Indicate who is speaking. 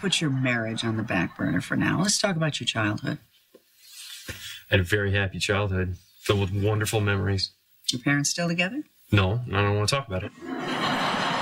Speaker 1: put your marriage on the back burner for now. Let's talk about your childhood.
Speaker 2: I had a very happy childhood filled with wonderful memories.
Speaker 1: Your parents still together?
Speaker 2: No, I don't want to talk about it.